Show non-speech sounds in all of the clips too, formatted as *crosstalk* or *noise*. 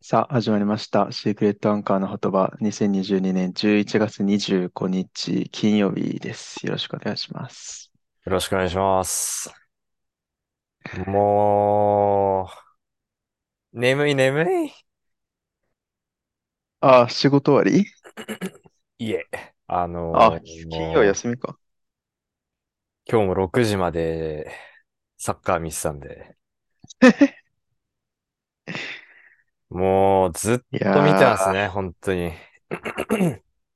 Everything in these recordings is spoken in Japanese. さあ、始まりました。シークレットアンカーの言葉、2022年11月25日、金曜日です。よろしくお願いします。よろしくお願いします。もう、眠い眠い。ああ、仕事終わりいえ、あのああ、ー金曜もう休みか。今日も6時までサッカー見てたんで、もうずっいと見てやますね、ー、本当に。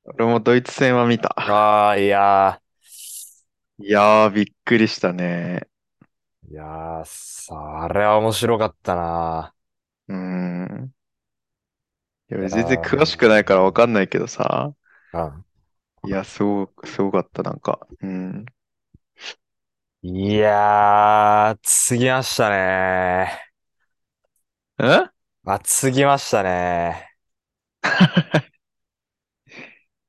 俺もドイツ戦は見た。 *laughs* ああ、いやいやー、びっくりしたね。ー、いやー、さあれは面白かったな。うーん。いや、い俺や全然詳しー、くないからわかんないけどさ。あいや、すご、すごかった、なんか。うん。いやー、つぎましたね。えあ、つぎました *laughs* ね。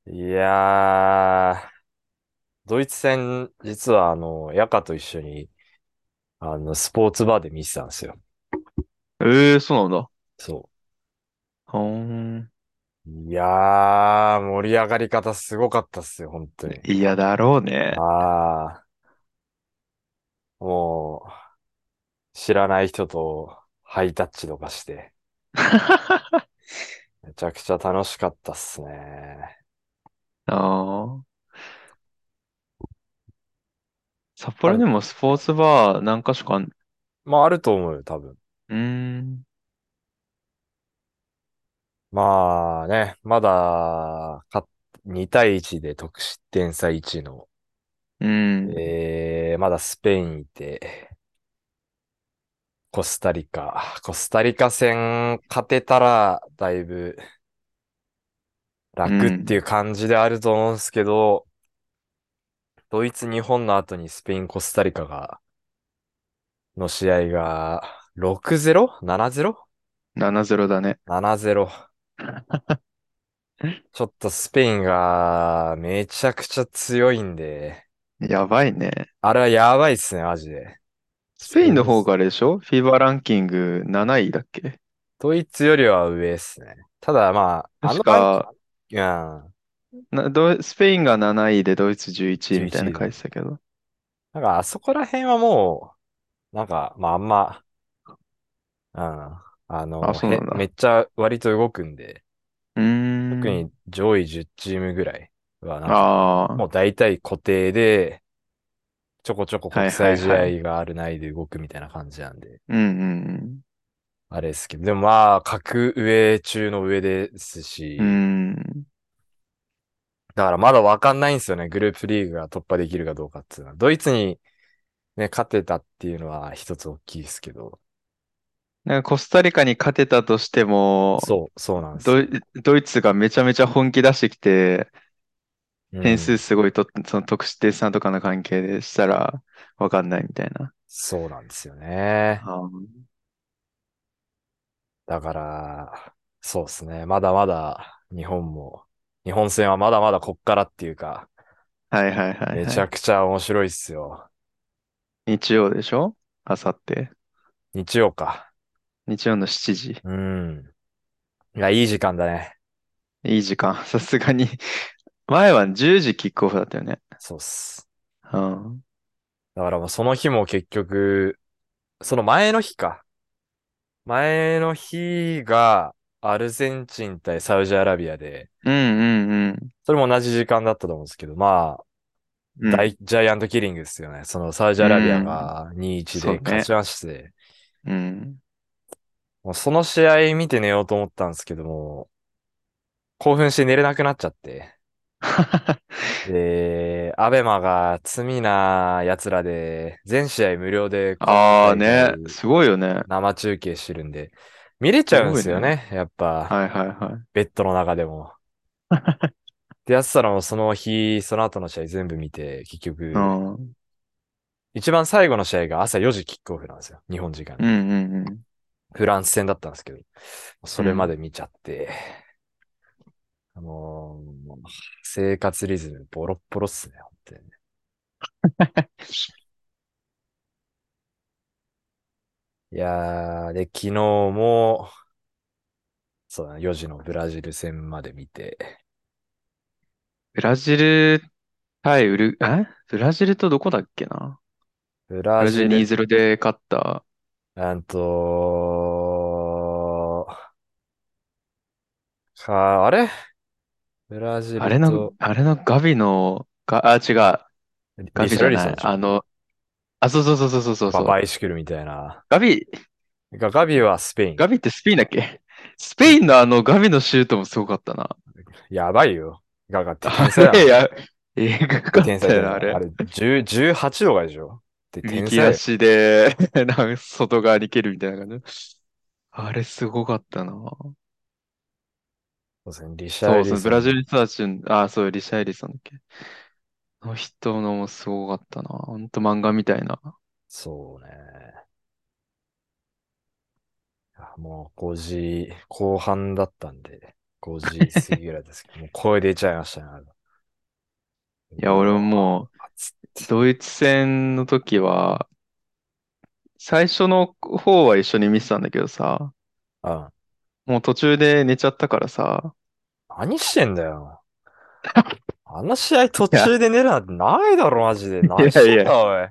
いやー、ドイツ戦、実はあの、ヤカと一緒に、あの、スポーツバーで見てたんですよ。ええー、そうなんだ。そほーん。う。いやー、盛り上がり方すごかったっすよ、本当に。いや、だろうね。あー、もう、知らない人とハイタッチとかして、 *laughs* あめちゃくちゃ楽しかったっすね。あ。札あ幌れ、でもスポーツバー何か所かあん、まあ、あると思うよ、多分。うーん、まあね、まだ、か、2対1で得失点差1の、うん、えー、まだスペインいて、コスタリカ。コスタリカ戦勝てたら、だいぶう楽っていん。う感じであると思うんですけど、ドイツ、日本の後にスペイン、コスタリカが、の試合が、6-0?7-0?7-0? 7-0だね。 *laughs* ちょっとスペインが、めちゃくちゃ強いんで、やばいね。あれはやばいっすね、マジで。ススペペインイのン方す、があれでしょフィーバーランキング7位だっけドイツよりは上っすね。ただまあ、あ確のランキか、ング、うん、な、ドイスペインが7位でドイツ11位みたい11な位書いで。てたけど。なんか、あそこら辺はもう、なんか、まあ、あんま、うん、ああ、の、そうなへ、んめっだ。ちゃ割と動くんで、う特ーん。に上位10チームぐらいは、なんか、あもう大体固定で、ちょこちょこあ、は国いは際いはい。試合があるないで動くみたいな感じなんで、うん、あれですけど、でもまあ、格上中の上ですうし、ん、うん。だからまだわかんないんですよね、グループリーグが突破できるかどうかっていうのは。ドイツにね、勝てたっていうのは一つ大きいですけど、なんかコスタリカに勝てたとしても、そう、そうなんですドよ。イ、ドイツがめちゃめちゃ本気出してきて、う点数ん。すごいとっ、その得失点差とかの関係でしたらわかんないみたいな。そうなんですよね。あだから、そうですね。まだまだ日本も、日本戦はまだまだこっからっていうか、あ、はいはいはいめはちゃい。くちゃ面白いっすよ。日曜でしょあさって。日曜か。日曜の7時。うん。いや、いい時間だね。いい時間。 *laughs* さすがに前は10時キックオフだったよね。そうっす。うん。だからもうその日も結局、その前の日か。前の日が、アルゼンチン対サウジアラビアで、うんうんうん。それも同じ時間だったと思うんですけど、まあ、う大ん。ジャイアントキリングですよね。そのサウジうアラビアん。が2-1そでう勝ね。ちまして、うん。もうその試合見て寝ようと思ったんですけども、興奮して寝れなくなっちゃって。 *laughs* で、アベマが罪な奴らで、全試合無料で今ああ大ね。会すごいよね。生中継してるんで、見れちすゃうんでごいすよね。ね。やっぱ、はいはいはい。ベッドの中 *laughs* でも。で、やってたらもうその日、その後の試合全部見て、結う局、ん。うん一番最後の試合が朝4時キックオフなんですよ。日本時間うで。んフランス戦だったんですけど、うそれまん。で見ちゃって、あのー生活リズムボロッボロっすね、本 *laughs* 当にね。いやー、で、昨日も、そうだな、4時のブラジル戦まで見て、ブラジル対ウル、えブラジルとどこだっけなブブララジジルル、 2-0で勝った。うんと、か、あれブラジあルれの、と、あれのガビの、が、あ、違う。リガビリシじャゃルリなソンい。でしあょの、あ、そうそうそうそうそうそうバそバう。イシクルみたいな。ガビ、が、ガビはスペイン。ガビってスペインだっけスペインのあのガビのシュートもすごかったな。やばいよ。ガガってあ天才 *laughs* だれな。や、えぐかっ天才たよ天な、才。あれ。あれ、10、18度がでしょって天右才よ。足で *laughs* なんか外側に蹴るみたいな感じ。あれすごかったな。そうですね、リシャそルう、そリのブソラジン。ル人たちの、あ、そう、リシャイリさんだっけ。の人のもすごかったな。ほんと漫画みたいな。そうね。あもう5時後半だったんで、5時過ぎぐらいです *laughs* けど、もう声出ちゃいましたね。あれいうや、俺もわもーう、つドイツ戦の時は、最初の方は一緒に見てたんだけどさ、あ、もう途中で寝ちゃったからさ、何してんだよ。あの試合途いや、中で寝るなんてないだろ、マジで。 *laughs* い何しやていんや、だ、おい。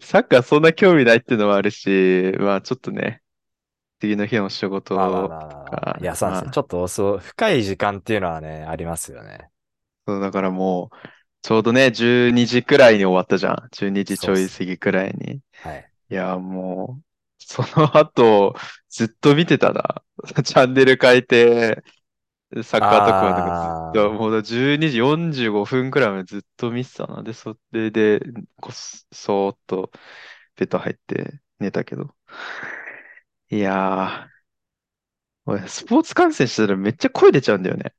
サッカーそんな興味ないっていうのもあるし、まあちょっとね、次の日の仕まあまあ事まあまとあまあ。いか、や、そうなんですまよ。ちょっとそう、深い時間っていうのはね、ありますよね。あ、そうだからもう、ちょうどね、12時くらいに終わったじゃん。12時ちそうっょいす過ぎくらいに。はい。いや、もう、その後、ずっと見てたな。 *laughs* チャンネル変えて、サッカー特番とかずっと、あもう12時45分くらいまでずっと見てたな。で、それで、こっそーっと、ベッド入って寝たけど。いやー、俺、スポーツ観戦してたらめっちゃ声出ちゃうんだよね。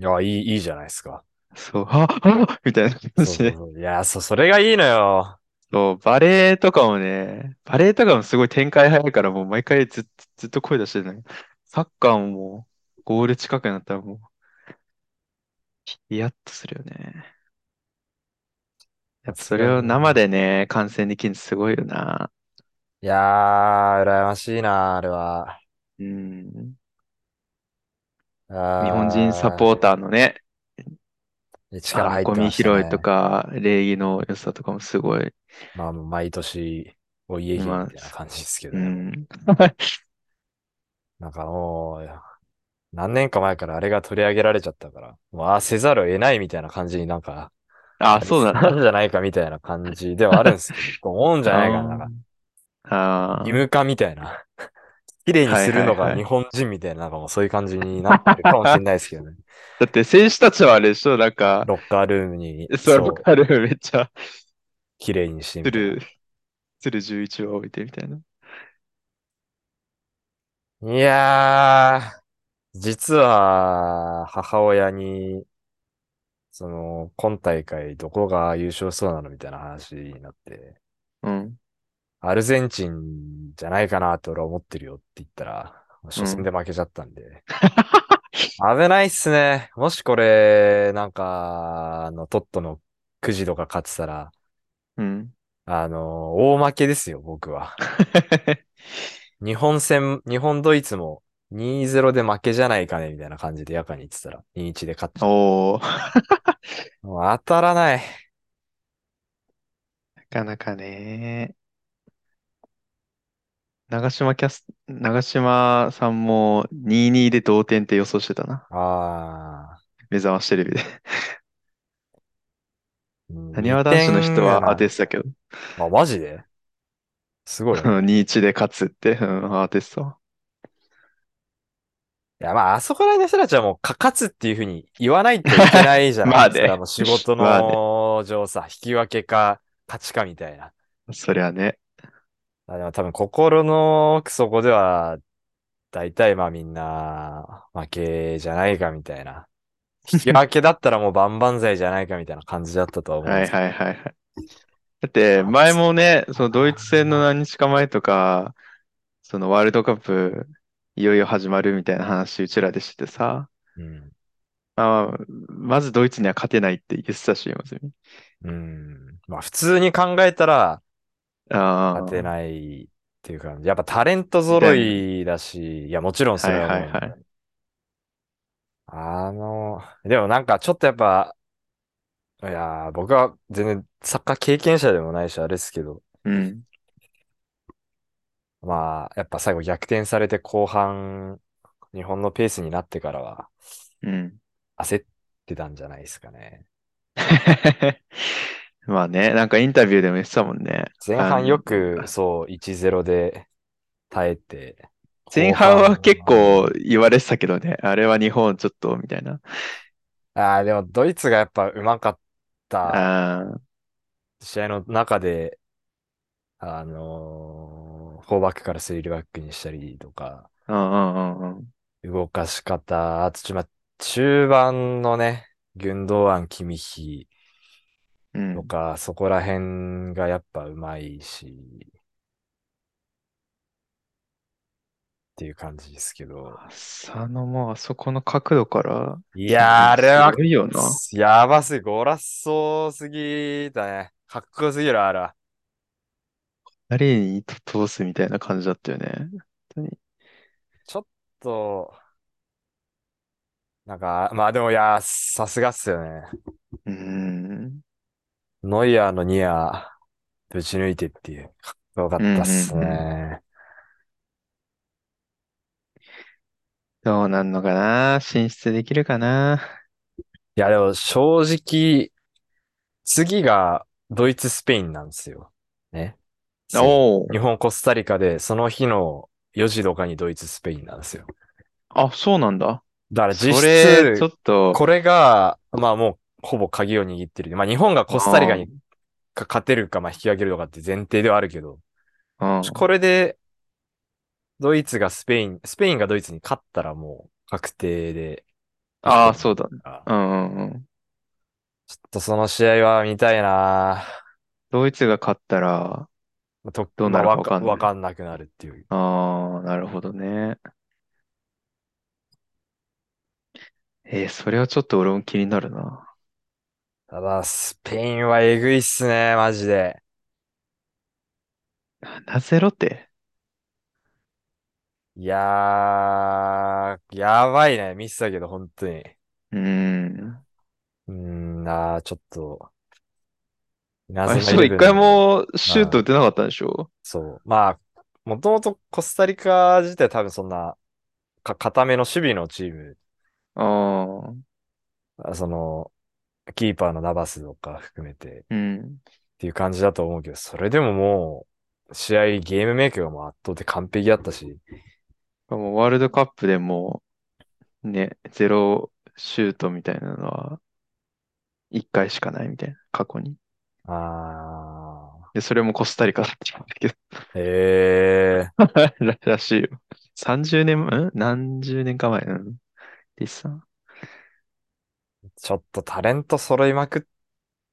ー、いや、いい、いいじゃないですか。そう、あ、あ、みたいな感そうじそうで。そう。いや、そ、それがいいのよ。そう、バレエとかもね、バレエとかもすごい展開早いから、もう毎回ずっ、ずっと声出してるね。サッカーももう、ゴール近くになったらもう、ヒヤッとするよね。やっぱそそれれはを生ね。でね、観戦できるのすごいよな。いやー、羨ましいな、あれは。うん。日本人サポーあターのね、ー、力あの、入っゴてまミした拾いとね。か、礼儀の良さとかもすごい、まあ、もう毎年、お家芸み今、たいな感じですけどうね。もん。うなんかもう、何年か前からあれが取り上げられちゃったから、もう、ああ、せざるを得ないみたいな感じになんか、あ、あれ、そうせなざるんじゃないかみたいな感じではあるんですけど、 *laughs* こう思うんじゃないかな、なんだ。か、義あーあ務化みたいな。綺麗ー、にはいするはいのがは日い。本人みたいな、なんかもうそういう感じになってるかもしれないですけどね。だって選手たちはあれでしょ、なんか、ロッカールームに、そのそう、カルめっちゃ、綺麗にしてみたいな。鶴、鶴11を置いてみたいな。いやー、実は、母親に、その、今大会どこが優勝しそうなのみたいな話になって、うん、アルゼンチンじゃないかなって俺は思ってるよって言ったら、う初戦ん。で負けちゃった *laughs* んで、危ないっすね。もしこれ、なんか、あの、トットのくじとか勝ってたら、うん。 *laughs* あの、大負けですよ、僕は。日本戦、日本ドイツも2-0で負けじゃないかね、みたいな感じでやかに言ってたら、2-1で勝っちゃって。おー、もう当たらない。なかなかね。長島キャス、長島さんも22で同点って予想してたな。ああ、目覚ましテレビで。 *laughs* なにわ男2子の人点やは当な。ててたけど、あ、マジですごいね。 2-1で勝つって、うん、当ててたわ。いや、まあ、あそこら辺の人たちはもう、か勝つっていうふうに言わないといけないじゃない *laughs* まあですか。ね。もう仕 *laughs* 事まあね。の上さ、引き分けか、勝ちかみたいな。そりゃね。あ、でも多分、心の奥底では、大体まあみんな、負けじゃないかみたいな。引き分けだったらもう万々歳じゃないかみたいな感じだったとは思うんはでいすけはいはいはい。だってど。前もね、そのドイツ戦のあ何日か前とか、そのワールドカップいよいよ始まるみたいな話うちらでしてさ、ーうん。まあ、まずドイツには勝てないって言ってたし、まずみ。うん。まあ普通に考えたら、あ当てあ、ない。っていう感じ。やっぱタレント揃いだし、いや、もちろんそれはもうはいはいはあの、でもなんかちょっとやっぱ、いやー、僕は全然サッカー経験者でもないし、あれですけど、うん。まあ、やっぱ最後逆転されて後半、日本のペースになってからは、うん。焦ってたんじゃないですかね。 *laughs* まあね、なんかインタビューでも言ってたもんね。前半よく、そう、1-0で耐えて、前半は結構言われてたけどね、あれは日本ちょっと、みたいな。ああ、でもドイツがやっぱうまかったああ、試合の中で、あのー、4バックから3バックにしたりとか、うんうんうんうん。動かし方、あとちょ、まあ、中盤のね、軍堂安、キミヒうんとか、そこら辺がやっぱうまいし、っていう感じですけど。浅野もあそこの角度から、いやー、あれはすごいよな。やばすぎ、ゴラッソすぎだね。かっこよすぎる、あれは。誰に通すみたいな感じだったよね。ちょっと、なんか、まあでも、いやー、さすがっすよね。うん。ノイアーのニア、ぶち抜いてっていう、かっこよかったっすうんうんね。どうなんのかな進出できるかないや、でも正直、次がドイツ、スペインなんですよ。ね。おお日本、コスタリカで、その日の4時とかにドイツ、スペインなんですよ。あ、そうなんだ。だからそ実れ、ちょ質、っと、これが、まあもう、ほぼ鍵を握ってる。まあ日本がコスタリカにか勝てるか、まあ引き分けるとかって前提ではあるけど、うん。これで、ドイツがスペイン、スペインがドイツに勝ったらもう確定で。ああ、そうだ。だから。うんうんうん。ちょっとその試合は見たいなドイツが勝ったら、とどうなるまあかわかんないわかんなくなるっていう。ああ、なるほどね。えー、それはちょっと俺も気になるな。ただ、スペインはえぐいっすね、マジで。 7-0って。いやー、やばいね、ミスだけど、本当に。うーん。うーん、あー、ちょっと。あ謎れのそう、一イレブン回もシュート打てなかったんでしょそう。まあ、もともとコスタリカ自体多分そんな、か、固めの守備のチーム、ああ、あその、キーパーのナバスとか含めて、うん。っていう感じだと思うけど、それでももう、試合、ゲームメイクがもう圧倒で完璧だったし、もうワールドカップでも、ね、ゼロシュートみたいなのは、一回しかないみたいな、過去に。あで、それもコスタリカだったんだけど。ー、えら *laughs* らしいよ。30年、ん何十年か前。うん。リスさん。ー、ちょっとタレント揃いまくっ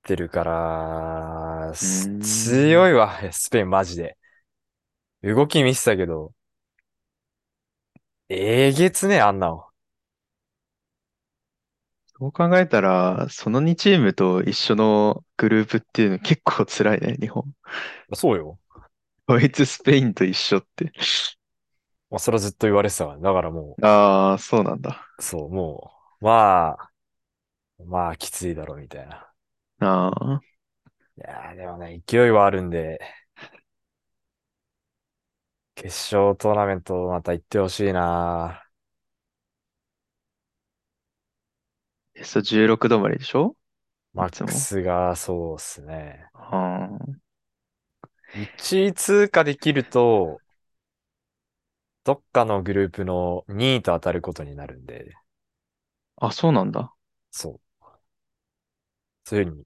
てるから、すうーん強いわ、スペインマジで。動き見せたけど、えげつねえ、あんなの。そう考えたら、その2チームと一緒のグループっていうの結構辛いね、 *laughs* 日本。そうよ。ドイツ、スペインと一緒って。まあ、それはずっと言われてたから、だからもああ、そうなんだ。う、そう、もう、まあ、まあ、きついだろ、みたいな。ああ。いやーでもね、勢いはあるんで、決勝トーナメントまた行ってほしいなベスト16止まりでしょマいつッもクスが、そうっすね。ああ。 1位通過できると、どっかのグループの2位と当たることになるんで、あ、そうなんだ。そう。そういう風に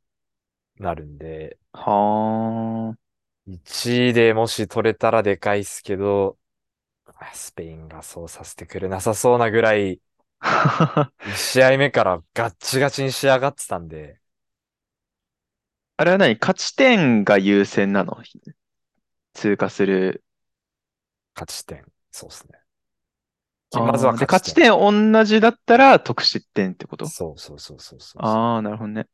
なるんで、はあ。 1位でもし取れたらでかいっすけど、スペインがそうさせてくれなさそうなぐらい、1試合目からガッチガチに仕上がってたんで、 *laughs* あれは何勝ち点が優先なの通過する。勝ち点。そうですね。あーまずはで、勝ち点同じだったら得失点ってことそうそうそうそうそう。ああ、なるほどね。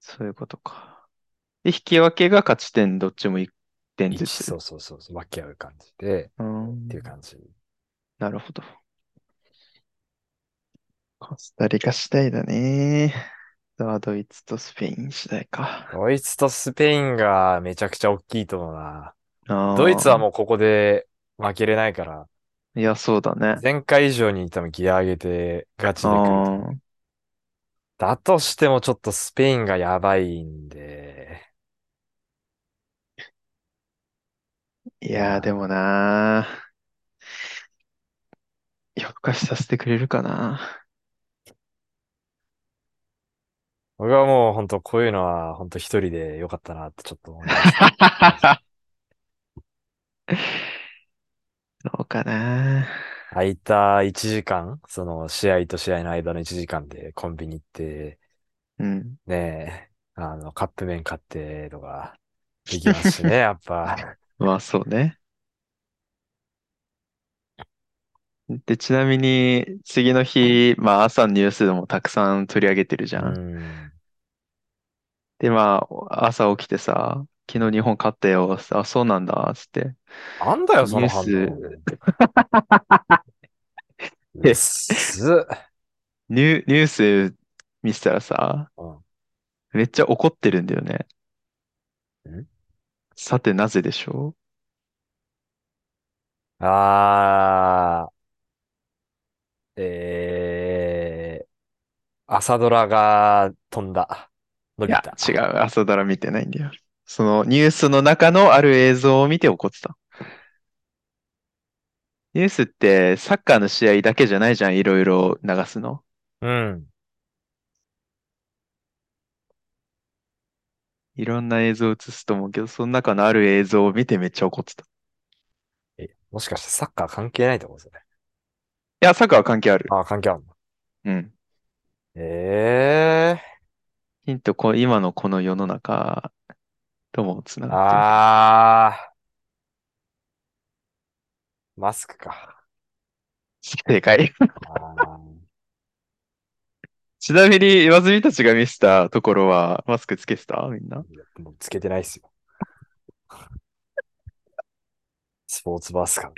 そういうことか。で、引き分けが勝ち点どっちもい伝一説。そうそうそうそう、分け合う感じで、うんっていう感じ。なるほど。コスタリカ次第だね。さあ、ドイツとスペイン次第か。ドイツとスペインがめちゃくちゃ大きいと思うな。あードイツはもうここで負けれないから、いや、そうだね。前回以上に多分ギア上げてガチで来ると思うあーだとしてもちょっとスペインがやばいんで、いまやあー、でもなー。夜更かしさせてくれるかな。僕はもう本当こういうのは本当一人でよかったなってちょっと思います *laughs* どうかな。空いた1時間、その試合と試合の間の1時間でコンビニ行って、うん。ねえ、あの、カップ麺買ってとか、できますしね、やっ *laughs* ぱ。まあ、そうね。で、ちなみに、次の日、まあ、朝のニュースでもたくさん取り上げてるじうゃん。ん。で、まあ、朝起きてさ、昨日日本勝ったよ。あ、そうなんだ、つって。なんだよ、その反応。ニュうっす。ニュ、ニュース見せたらさ、うんめっちゃ怒ってるんだよねん。さて、なぜでしょあー、えー、朝ドラが飛んだ。伸ういびやた。、違う。朝ドラ見てないんだよ。そのニュースの中のある映像を見て怒ってた。ニュースってサッカーの試合だけじゃないじゃん、いろいろ流すの。うん。いろんな映像を映すと思うけど、その中のある映像を見てめっちゃ怒ってた。いえ、もしかしてサッカー関係ないってことですね。や、サッカーは関係ある。あー、関係あるの。うん。えヒント、こう今のこの世の中ともつな *laughs* ー、がっあー、マスクか。てる。正解。あーちなみに、岩住たちが見せたところは、マスクつけてたみんな。いやもうつけてないっすよ。スポーツバースか。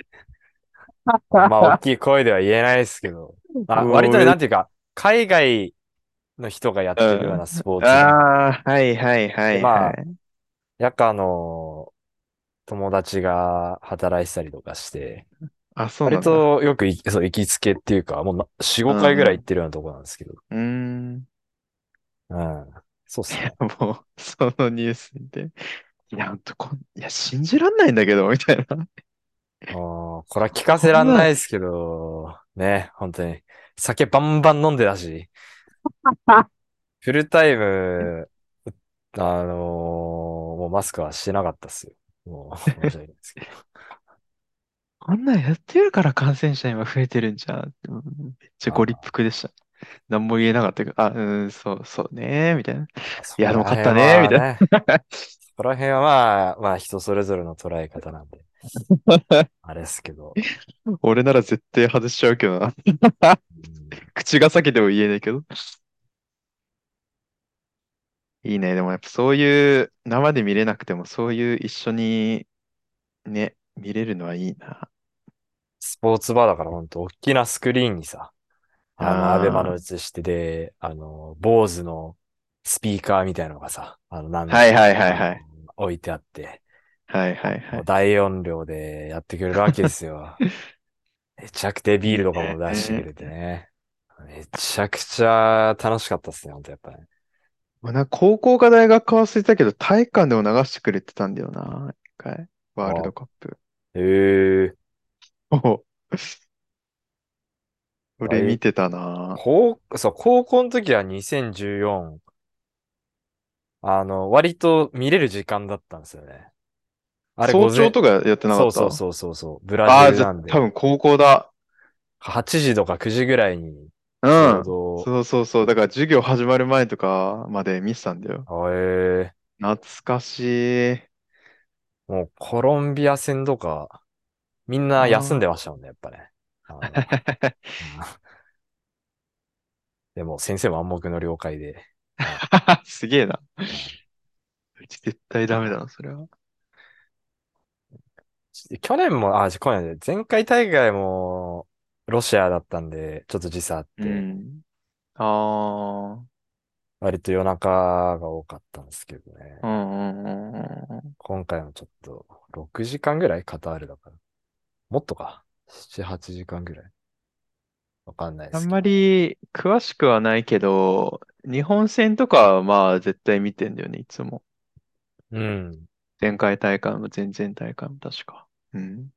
まあ、大きい声では言えないですけど。 *laughs* あうん割とね、なんていうか、海外の人がやってるようなスポーツ。ああ、はいはいはいまはあやっぱあの、友達が働いてたりとかして、い。あ、そう割なんだ。うとよくいそう行きつけっていうか、もうな4、5回ぐらい行ってるようなとこなんですけど。ーん。 *laughs* うん。そうっすね。もう、そのニュースで。いや、ほんとこん、いや、信じらんないんだけど、みたいな。あーこれは聞かせらんないですけど、ね、本当に。酒バンバン飲んで *laughs* たし。フルタイム、あのーもうマスクはしてなかったっすよ。もう、申し訳ないですけど。こんなんやってるから感染者今増えてるんじゃんって。うんめっちゃご立腹でした。何も言えなかったけど、あ、うん、そう、そうね、みたいな。 *laughs* いやでも勝ったねみたいな。 *laughs* そこら辺はまあ、まあ人それぞれの捉え方なん *laughs* で、あれですけど。俺なら絶対外しちゃうけどな。 *laughs* うん口が裂けても言えないけど。いいね。でもやっぱそういう、生で見れなくてもそういう一緒にね、見れるのはいいな。スポーツバーだから本当大きなスクリーンにさ、あの、あーアベマの映してで、あの、坊主のスピーカーみたいのがさ、あの、なんかはいはいはいはいあの置いてあって、はいはいはも。いう大音量でやってくれるわけで *laughs* すよ。めちゃくちゃビールとかも出してくれてね。めちゃくちゃ楽しかったっすね、本当やっぱね。もうな高校か大学か忘れたけど、体育館でも流してくれてたんだよな。一回。ワールドカップ。えー、おう俺はい見てたな。高、そう、高校の時は2014、あの、割と見れる時間だったんですよね。あれ、早午前朝とかやってなかそうったそうそうそうそう、ブあラあ、ジじルゃなあんで、多分高校だ。 8時とか9時ぐらいに、うちんょう。ど、そうそうそう。だから授業始まる前とかまで見てたんだよ。あえ懐かしい。 *laughs* ーもうコロンビア戦とか、みんな休んでましたもんね、やっぱね。*laughs* あのうんでも、先生も暗黙の了解で。すげえな。うち絶対ダメだな、それは。去年も、あ、去年で、前回大会も、ロシアだったんで、ちょっと時差あっうて、ん。あ割と夜中が多かったんですけどね。あ、うんうんうんうんうん。今回もちょっと、6時間ぐらいカタールだから。もっとか。7、8時間ぐらい。わかんないであんすけまり詳しくはないけど、日本戦とかはまあ絶対見てんだよね、いつも。ど。うん。前回大会も前々大会も確か。うん。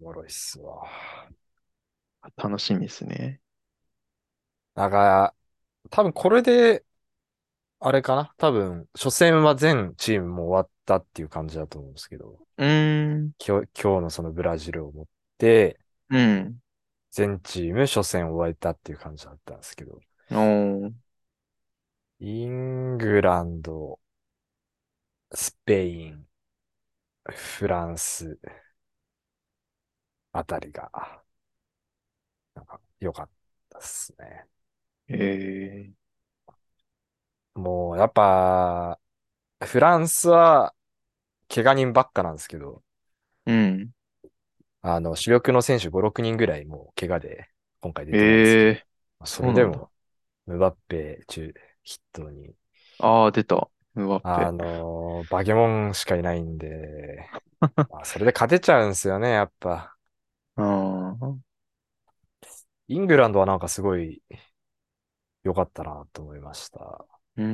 おもろいっすわ。楽しみですね。なんか、多分これで、あれかな多分、初戦は全チームもう終わったっていう感じだと思うんですけど、うーん。今日、今日のそのブラジルをもって、うん。全チーム初戦を終えたっていう感じだったんですけど、おー。イングランド、スペイン、フランスあたりが、なんか良かったっすね。えもうやっぱ、フランスは怪我人ばっかなんですけど、ー。うん。あの、主力の選手5、6人ぐらいもう怪我で今回出てないんですけど、えまあー、そそうれなんでだ。も、ムバッペ中筆頭に、ああ、出た。ムバッあペ。の、バケモンしかいない *laughs* んで、まあ、それで勝てちゃうんですよね、やっぱ。あーイングランドはなんかすごい良かったなと思いました。うー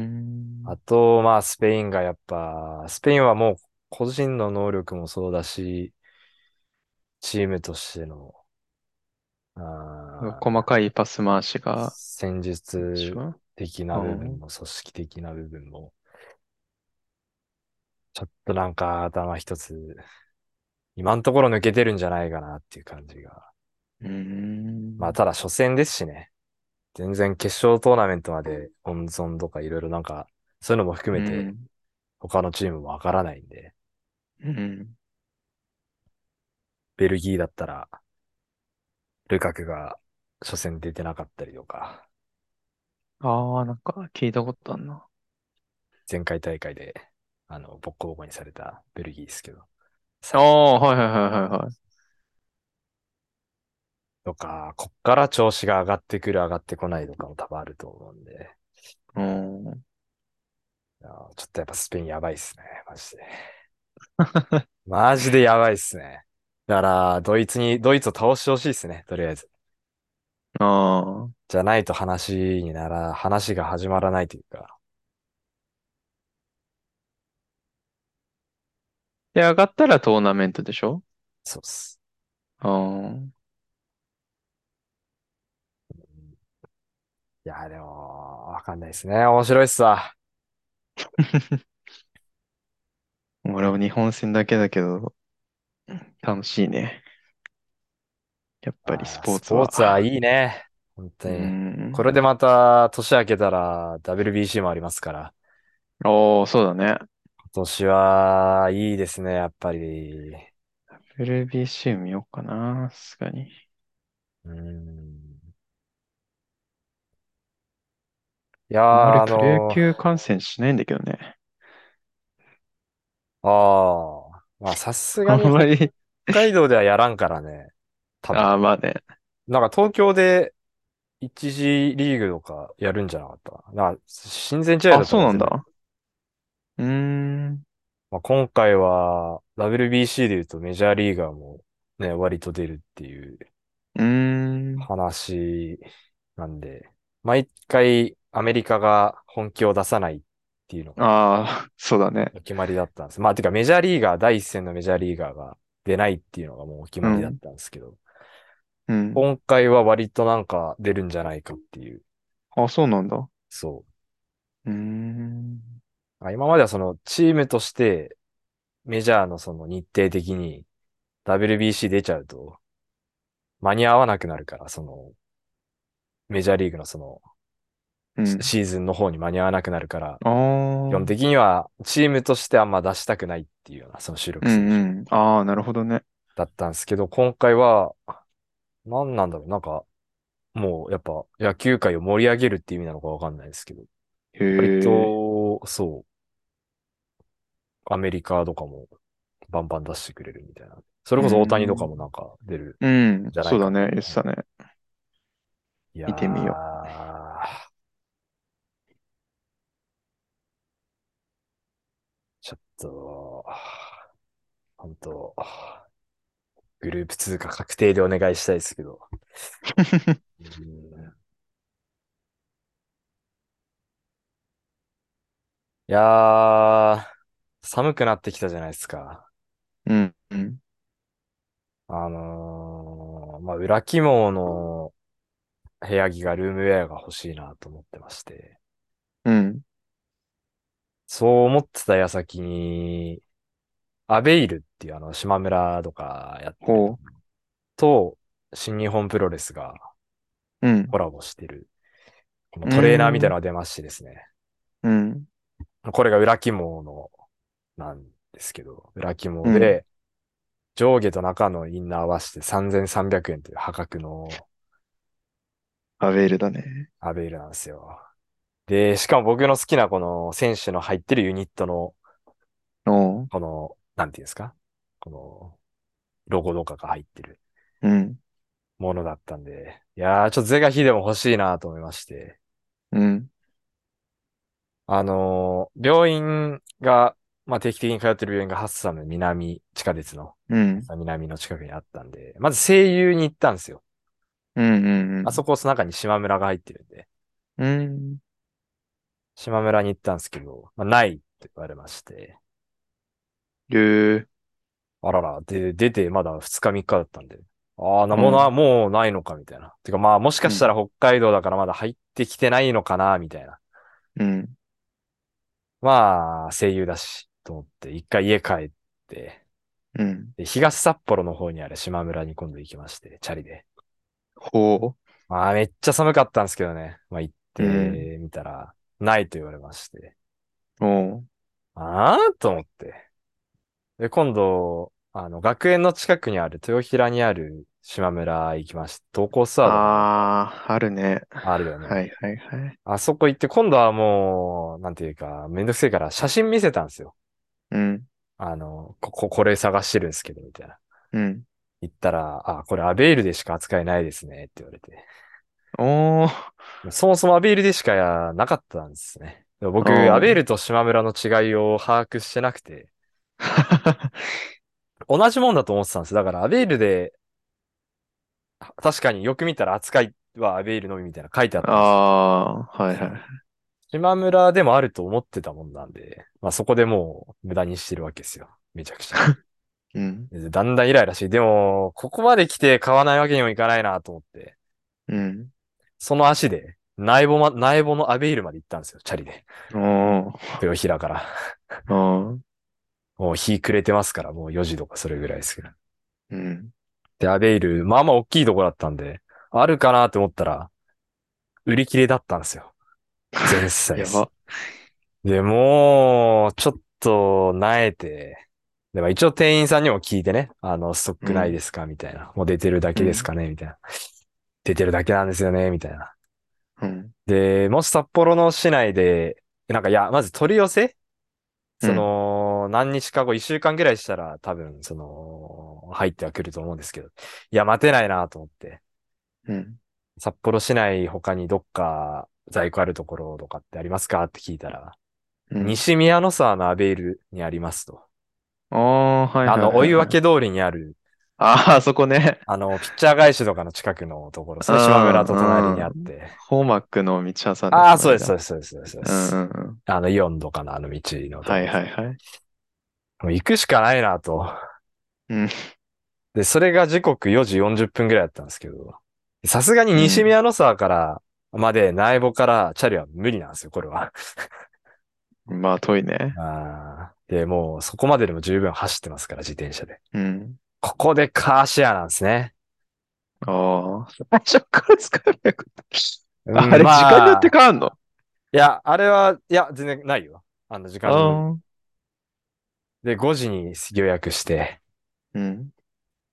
あん。と、まあ、スペインがやっぱ、スペインはもう個人の能力もそうだし、チームとしての、あ細ーかいパス回しが、戦でし術ょ的なう部分ん。も、組織的な部分も、ちょっとなんか頭一つ、今のところ抜けてるんじゃないかなっていう感じが。うーまあ、ん。ただ初戦ですしね。全然決勝トーナメントまで温存とかいろいろなんか、そういうのも含うめてん。他のチームもわからないんで、うん。ベルギーだったらルカクが初戦出てなかったりとか、ああ、なんか聞いたことあるな。前回大会で、あの、ボッコボコにされたベルギーですけど、あさあ、はいはいはいはいはい。とか、こっから調子が上がってくる上がってこないとかも多分あると思うんで、うん。いやーちょっとやっぱスペインやばいっすね、マジで。マジでやばいっすね。だから、ドイツに、ドイツを倒してほしいっすね、とりあえず。ああ、じゃないと話になら、話が始まらないというか。で、上がったらトーナメントでしょそうっす。ああ、うんいやー、でも、わかんないですね。面白いっすわ。俺も日本戦だけだけど、楽しいね。やっぱりスあーポースツポーツはは。いいね。本当うに。こん。れでまた、年明けたら WBC もありますから。おー、そうだね。今年はいいですね、やっぱり。う WBC 見ようかな、さすがに。ーん。いあんまやー、りあプロ野の球観戦しないんだけどね。ー、ああ、まあさすがあんに北まり、海道ではやらんからね。多分。ああ、まあね。なんか東京で、一次リーグとかやるんじゃなかったかな。なんか、親善試合あ、とかそうはなん全部。だ。うーん。まあ、今回は WBC で言うとメジャーリーガーもね、割と出るっていううーん。話なんで、毎回アメリカが本気を出さないっていうのがああ、そうだね。お決まりだったんです。まあ、てかメジャーリーガー、第一線のメジャーリーガーが出ないっていうのがもうお決うまりだっん。たんですけど、うん。今回は割となんか出るんじゃないかっていう、あ、そうなんだ。そうーん。う。あ今まではそのチームとしてメジャーのその日程的に WBC 出ちゃうと間に合わなくなるから、そのメジャーリーグのそのうシん。シーズンの方に間に合わなくなるから、あ基あ。本的にはチームとしてあんま出したくないっていうような、その主う力選ん手うん。ああ、なるほどね。だったんですけど、今回は何なんだろう、なんかもうやっぱ野球界を盛り上げるっていう意味なのかわかんないですけど、割へえ。とそうアメリカとかもバンバン出してくれるみたいな。それこそ大谷とかもなんか出る。うんじゃないかそうだね。言ってたね。いや見てみようう。ちょっと、本当、グループ通過確定でお願いしたいですけど。うんいやー、寒くなってきたじゃないですか。 *laughs* うん。うん。あのー、まあ、裏起毛の部屋着が、ルームウェアが欲しいなと思ってまして。うん。そう思ってた矢先に、アベイルっていうあの、島村とかやってるほと、新日本プロレスがう。うん。コラボしてる、このトレーナーみたいなのが出ましてですね。うん。これが裏起毛の、なんですけど、裏起毛で、上下と中のインナー合わせて3300円という破格のアベールだね。アベイルなんですよ。で、しかも僕の好きなこの選手の入ってるユニットのおう。この、なんていうんですかこの、ロゴとかが入ってるうん。ものだったんで、いやー、ちょっとゼガヒでも欲しいなと思いまして、うん。あのー病院が、まあ、定期的に通ってる病院がハッサム南地下鉄の、うん。南の近くにあったんで、まず声優に行ったんですよ。うん。うん。あそこ、その中に島村が入ってるんで、うん。島村に行ったんですけど、まあ、ないって言われまして、えーあらら、で、出てまだ2日3日だったんで、ああ、なんもな、もうないのか、みたいな。てかまあ、もしかしたら北海道だからまだ入ってきてないのかな、みたいな。うん。まあ、声優だし、と思って、一回家帰って、うん。で東札幌の方にある島村に今度行きまして、チャリで。ほまあ、めっちゃ寒かったんですけどね。まあ、行ってうみたら、ないと言われまして。う。おう。ああと思って。で、今度、あの、学園の近くにある、豊平にある島村行きまして、同行ツアーがああ、あるね。あるよね。はいはいはい。あそこ行って、今度はもう、なんていうか、めんどくせえから写真見せたんですよ。うん。あの、ここ、これ探してるんですけど、みたいな。うん。行ったら、あ、これアベイルでしか扱えないですね、って言われて。 *laughs* おお。そもそもアベイルでしかなかったんですね。でも僕、うんアベイルと島村の違いを把握してなくて、同じもんだと思ってたんです。だからアベイルで、あ確かによく見たら扱いはアベイルのみみたいな書いてあったんですよ。ああー、はいはい。島村でもあると思ってたもんなんで、まあそこでもう無駄にしてるわけですよ。めちゃくちゃ。うん。でだんだんイライラし、でも、ここまで来て買わないわけにもいかないなと思って。うん。その足で、内房ま、内房のアベイルまで行ったんですよ、チャリで。お豊平から。お。おもう日暮れてますから、もう4時とかそれぐらいですけど。うん。で、アベイル、まあまあ大きいとこだったんで、あるかなって思ったら、売り切れだったんですよ。全 *laughs* や然。ば。で、もう、ちょっと、なえて、でも一応店員さんにも聞いてね、あの、ストックないですかみたいな。もう出てるだけですかねみたいな。出てるだけなんですよねみたいな。うん。で、もし札幌の市内で、なんか、いや、まず取り寄せうんその、何日か後、一週間ぐらいしたら、多分、その、入ってはくると思うんですけど、いや、待てないなと思って、うん。札幌市内他にどっか在庫あるところとかってありますかって聞いたら、うん。西宮の沢のアベイルにありますと。ああ、はいあはいの、はおい湯はい。分け通りにある、ああ、そこね。 *laughs* あの、ピッチャー返しとかの近くのところ、ですねうん島村と隣にあって。ホーマックの道挟んでたああ、そうです、間そうです、そうです、そうですそううでんす。うんうん。あの、イオンとかのあの道のところはいはいはい。もう行くしかないなと。うんで、それが時刻4時40分ぐらいだったんですけど、さすがに西宮の沢から、まで内部からチャリは無理なんですよ、これは。まあ、遠いね。あーで、もうそこまででも十分走ってますから、自転車で。うん。ここでカーシェアなんですね。ああ、最初から使えばよかった。 *laughs* あれ、時ま間によってい変わんのや、あれは、いや、全然ないよ。あの時間に。ああ。で、5時に予約して、うん。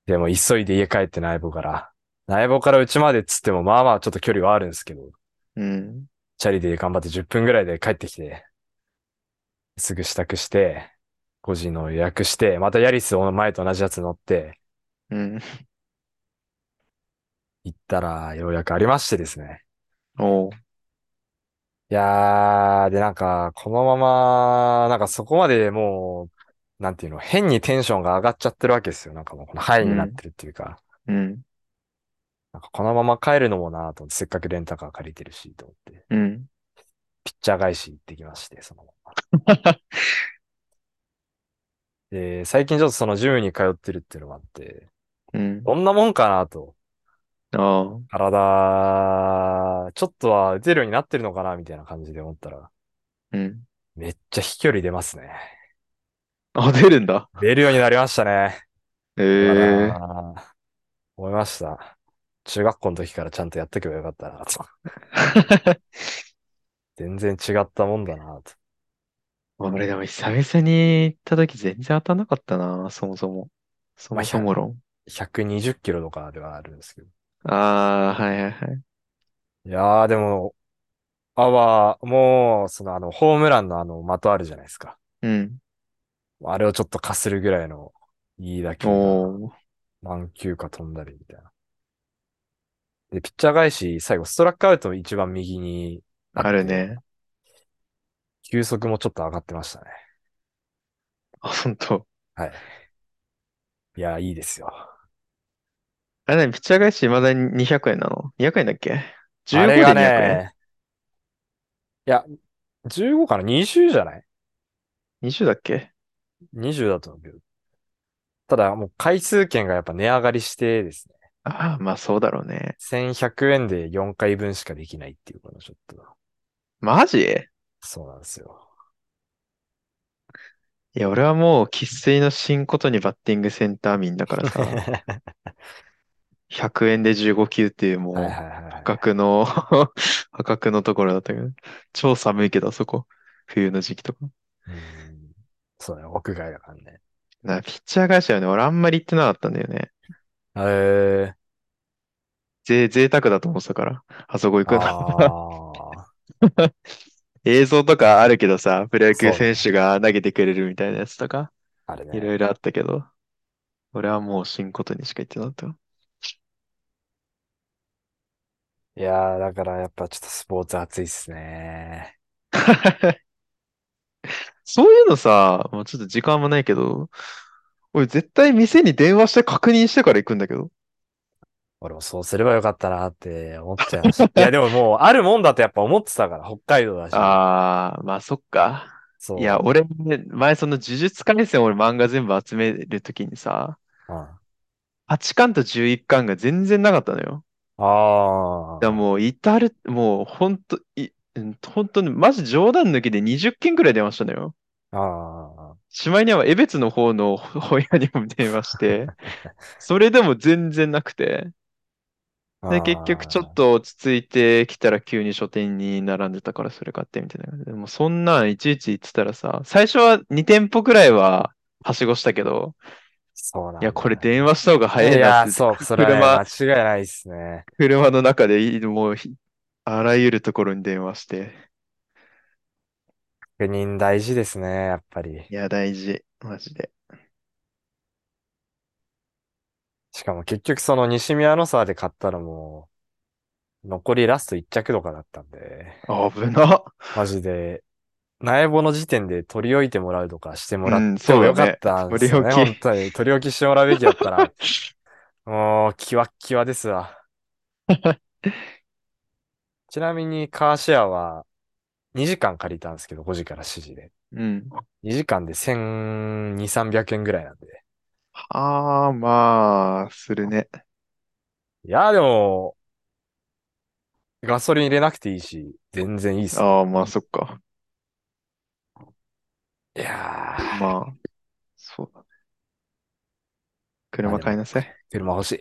でもう急いで家帰って内部から。内部から家までっつっても、まあまあちょっと距離はあるんですけど、うん。チャリで頑張って10分ぐらいで帰ってきて、すぐ支度して、 5時の予約して、またヤリスを前と同じやつ乗って、うん。行ったら、ようやくありましてですね。おう。いやー、で、なんか、このまま、なんかそこまでもう、なんていうの、変にテンションが上がっちゃってるわけですよ。なんかもう、このハイになってるっていうか、うん。なんかこのまま帰るのもなと思って、せっかくレンタカー借りてるし、と思って、うん。ピッチャー返し行ってきまして、そのまま。で、最近ちょっとそのジムに通ってるっていうのもあって、うん。どんなもんかなと、あ体、ちょっとは打てるようになってるのかな、みたいな感じで思ったら、あ。うん。めっちゃ飛距離出ますね。あ、出るんだ。出るようになりましたね。ええ。あー思いました。中学校の時からちゃんとやっておけばよかったなと。全然違ったもんだなと。 *laughs* 俺でも久々に行った時全然当たんなかったな、そもそも。そまあもそも論。 120キロとかではあるんですけど。ああ、はいはいはい。いやーでも、あは、もう、そのあの、ホームランのあの、的あるじゃないですか。うん。あれをちょっとかするぐらいの、いい打球がおー。何球か飛んだりみたいな。で、ピッチャー返し、最後、ストラックアウト一番右にあってある。ね。球速もちょっと上がってましたね。あ、ほんと。はい。いや、いいですよ。あれね、ピッチャー返し未だに200円なの ?200 円だっけ ?15 あでれが200円ね、いや、15かな ?20 じゃない ?20 だっけ ?20 だと思うけど。ただ、もう回数券がやっぱ値上がりしてですね。ああ、まあそうだろうね。 1100円で4回分しかできないっていうこのちょっと。マジいそうなんで *laughs* すよ。や、俺はもう生粋の新ことにバッティングセンター民だからさ、 *laughs* は100円で15球っていうも、いはいうは破格の *laughs* 破格のところだったけど、超寒いけど、あそこ。冬の時期とか。い。うんそうだよ、屋外だからね。な、ピッチャー返しはね、俺あんまり行ってなかったんだよね。えー、ぜ、贅沢だと思ってたから、あそこ行くの。あ映像とかあるけどさ、プロ野球そうね選手が投げてくれるみたいなやつとか、あ、あれいね。ろいろあったけど、俺はもう新ことにしか行ってなかったわ。いやー、だからやっぱちょっとスポーツ熱いっすね。そういうのさ、もうちょっと時間もないけど、俺絶対店に電話して確認してから行くんだけど。俺もそうすればよかったなって思っちゃいました。いや、でももう、あるもんだとやっぱ思ってたから、北海道だし。あー、まあそっか。そう。いや、俺、前その呪術廻戦俺漫画全部集めるときにさ、うん、 8巻と11巻が全然なかったのよ。あだからもう至る、もう本当い、うん本当に、マジ冗談抜きで20件くらい電話したのよ。あ。あしまいには江別の方の本屋にも電話 *laughs* して、それでも全然なくて。あ。で、結局ちょっと落ち着いてきたら急に書店に並んでたからそれ買ってみたいな感じで。もうそんなんいちいち言ってたらさ、最初は2店舗くらいははしごしたけど、そうないんだや、これ電話した方が早いいなやっー、てそう、それはね、車間違いないっすね。車の中でいもうひあらゆるところに電話して。確認大事ですね、やっぱりい。や、大事。マジで。しかも結局その西宮の沢で買ったのも、残りラスト1着とかだったんで、危な。マジで、苗穂の時点で取り置いてもらうとかしてもらっうんてそうもだよねかったんですよね、取り置き本当に。取り置きしてもらうべきだったら、 *laughs* もう、キワッキワですわ。ちなみに、カーシェアは2時間借りたんですけど、5時から7時で。うん。 2時間で1200、300円ぐらいなんで。ああ、まあ、するね。いやーでも、ガソリン入れなくていいし、全然いいっすね。ああ、まあ、そっか。いやー、まあ、そうだね。車買いなさ *laughs* い。車欲しい。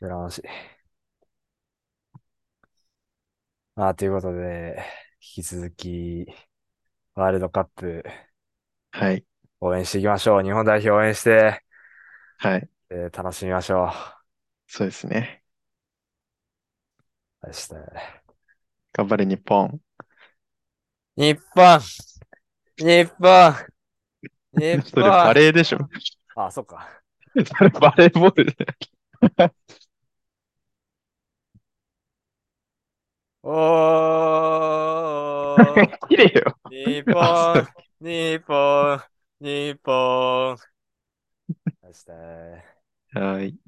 車欲しい。まあ、ということで、引き続き、ワールドカップはい。応援していきましょう。日本代表応援して、はい。えー楽しみましょう。そうですね。そして、頑張れ、日本。日本日本 *laughs* 日それバ本レーでしょ。あ、そっか。 *laughs* それバレーボール。おー、 *laughs* 綺麗よ。日あ *laughs* 本、日本、日本。出して。はい。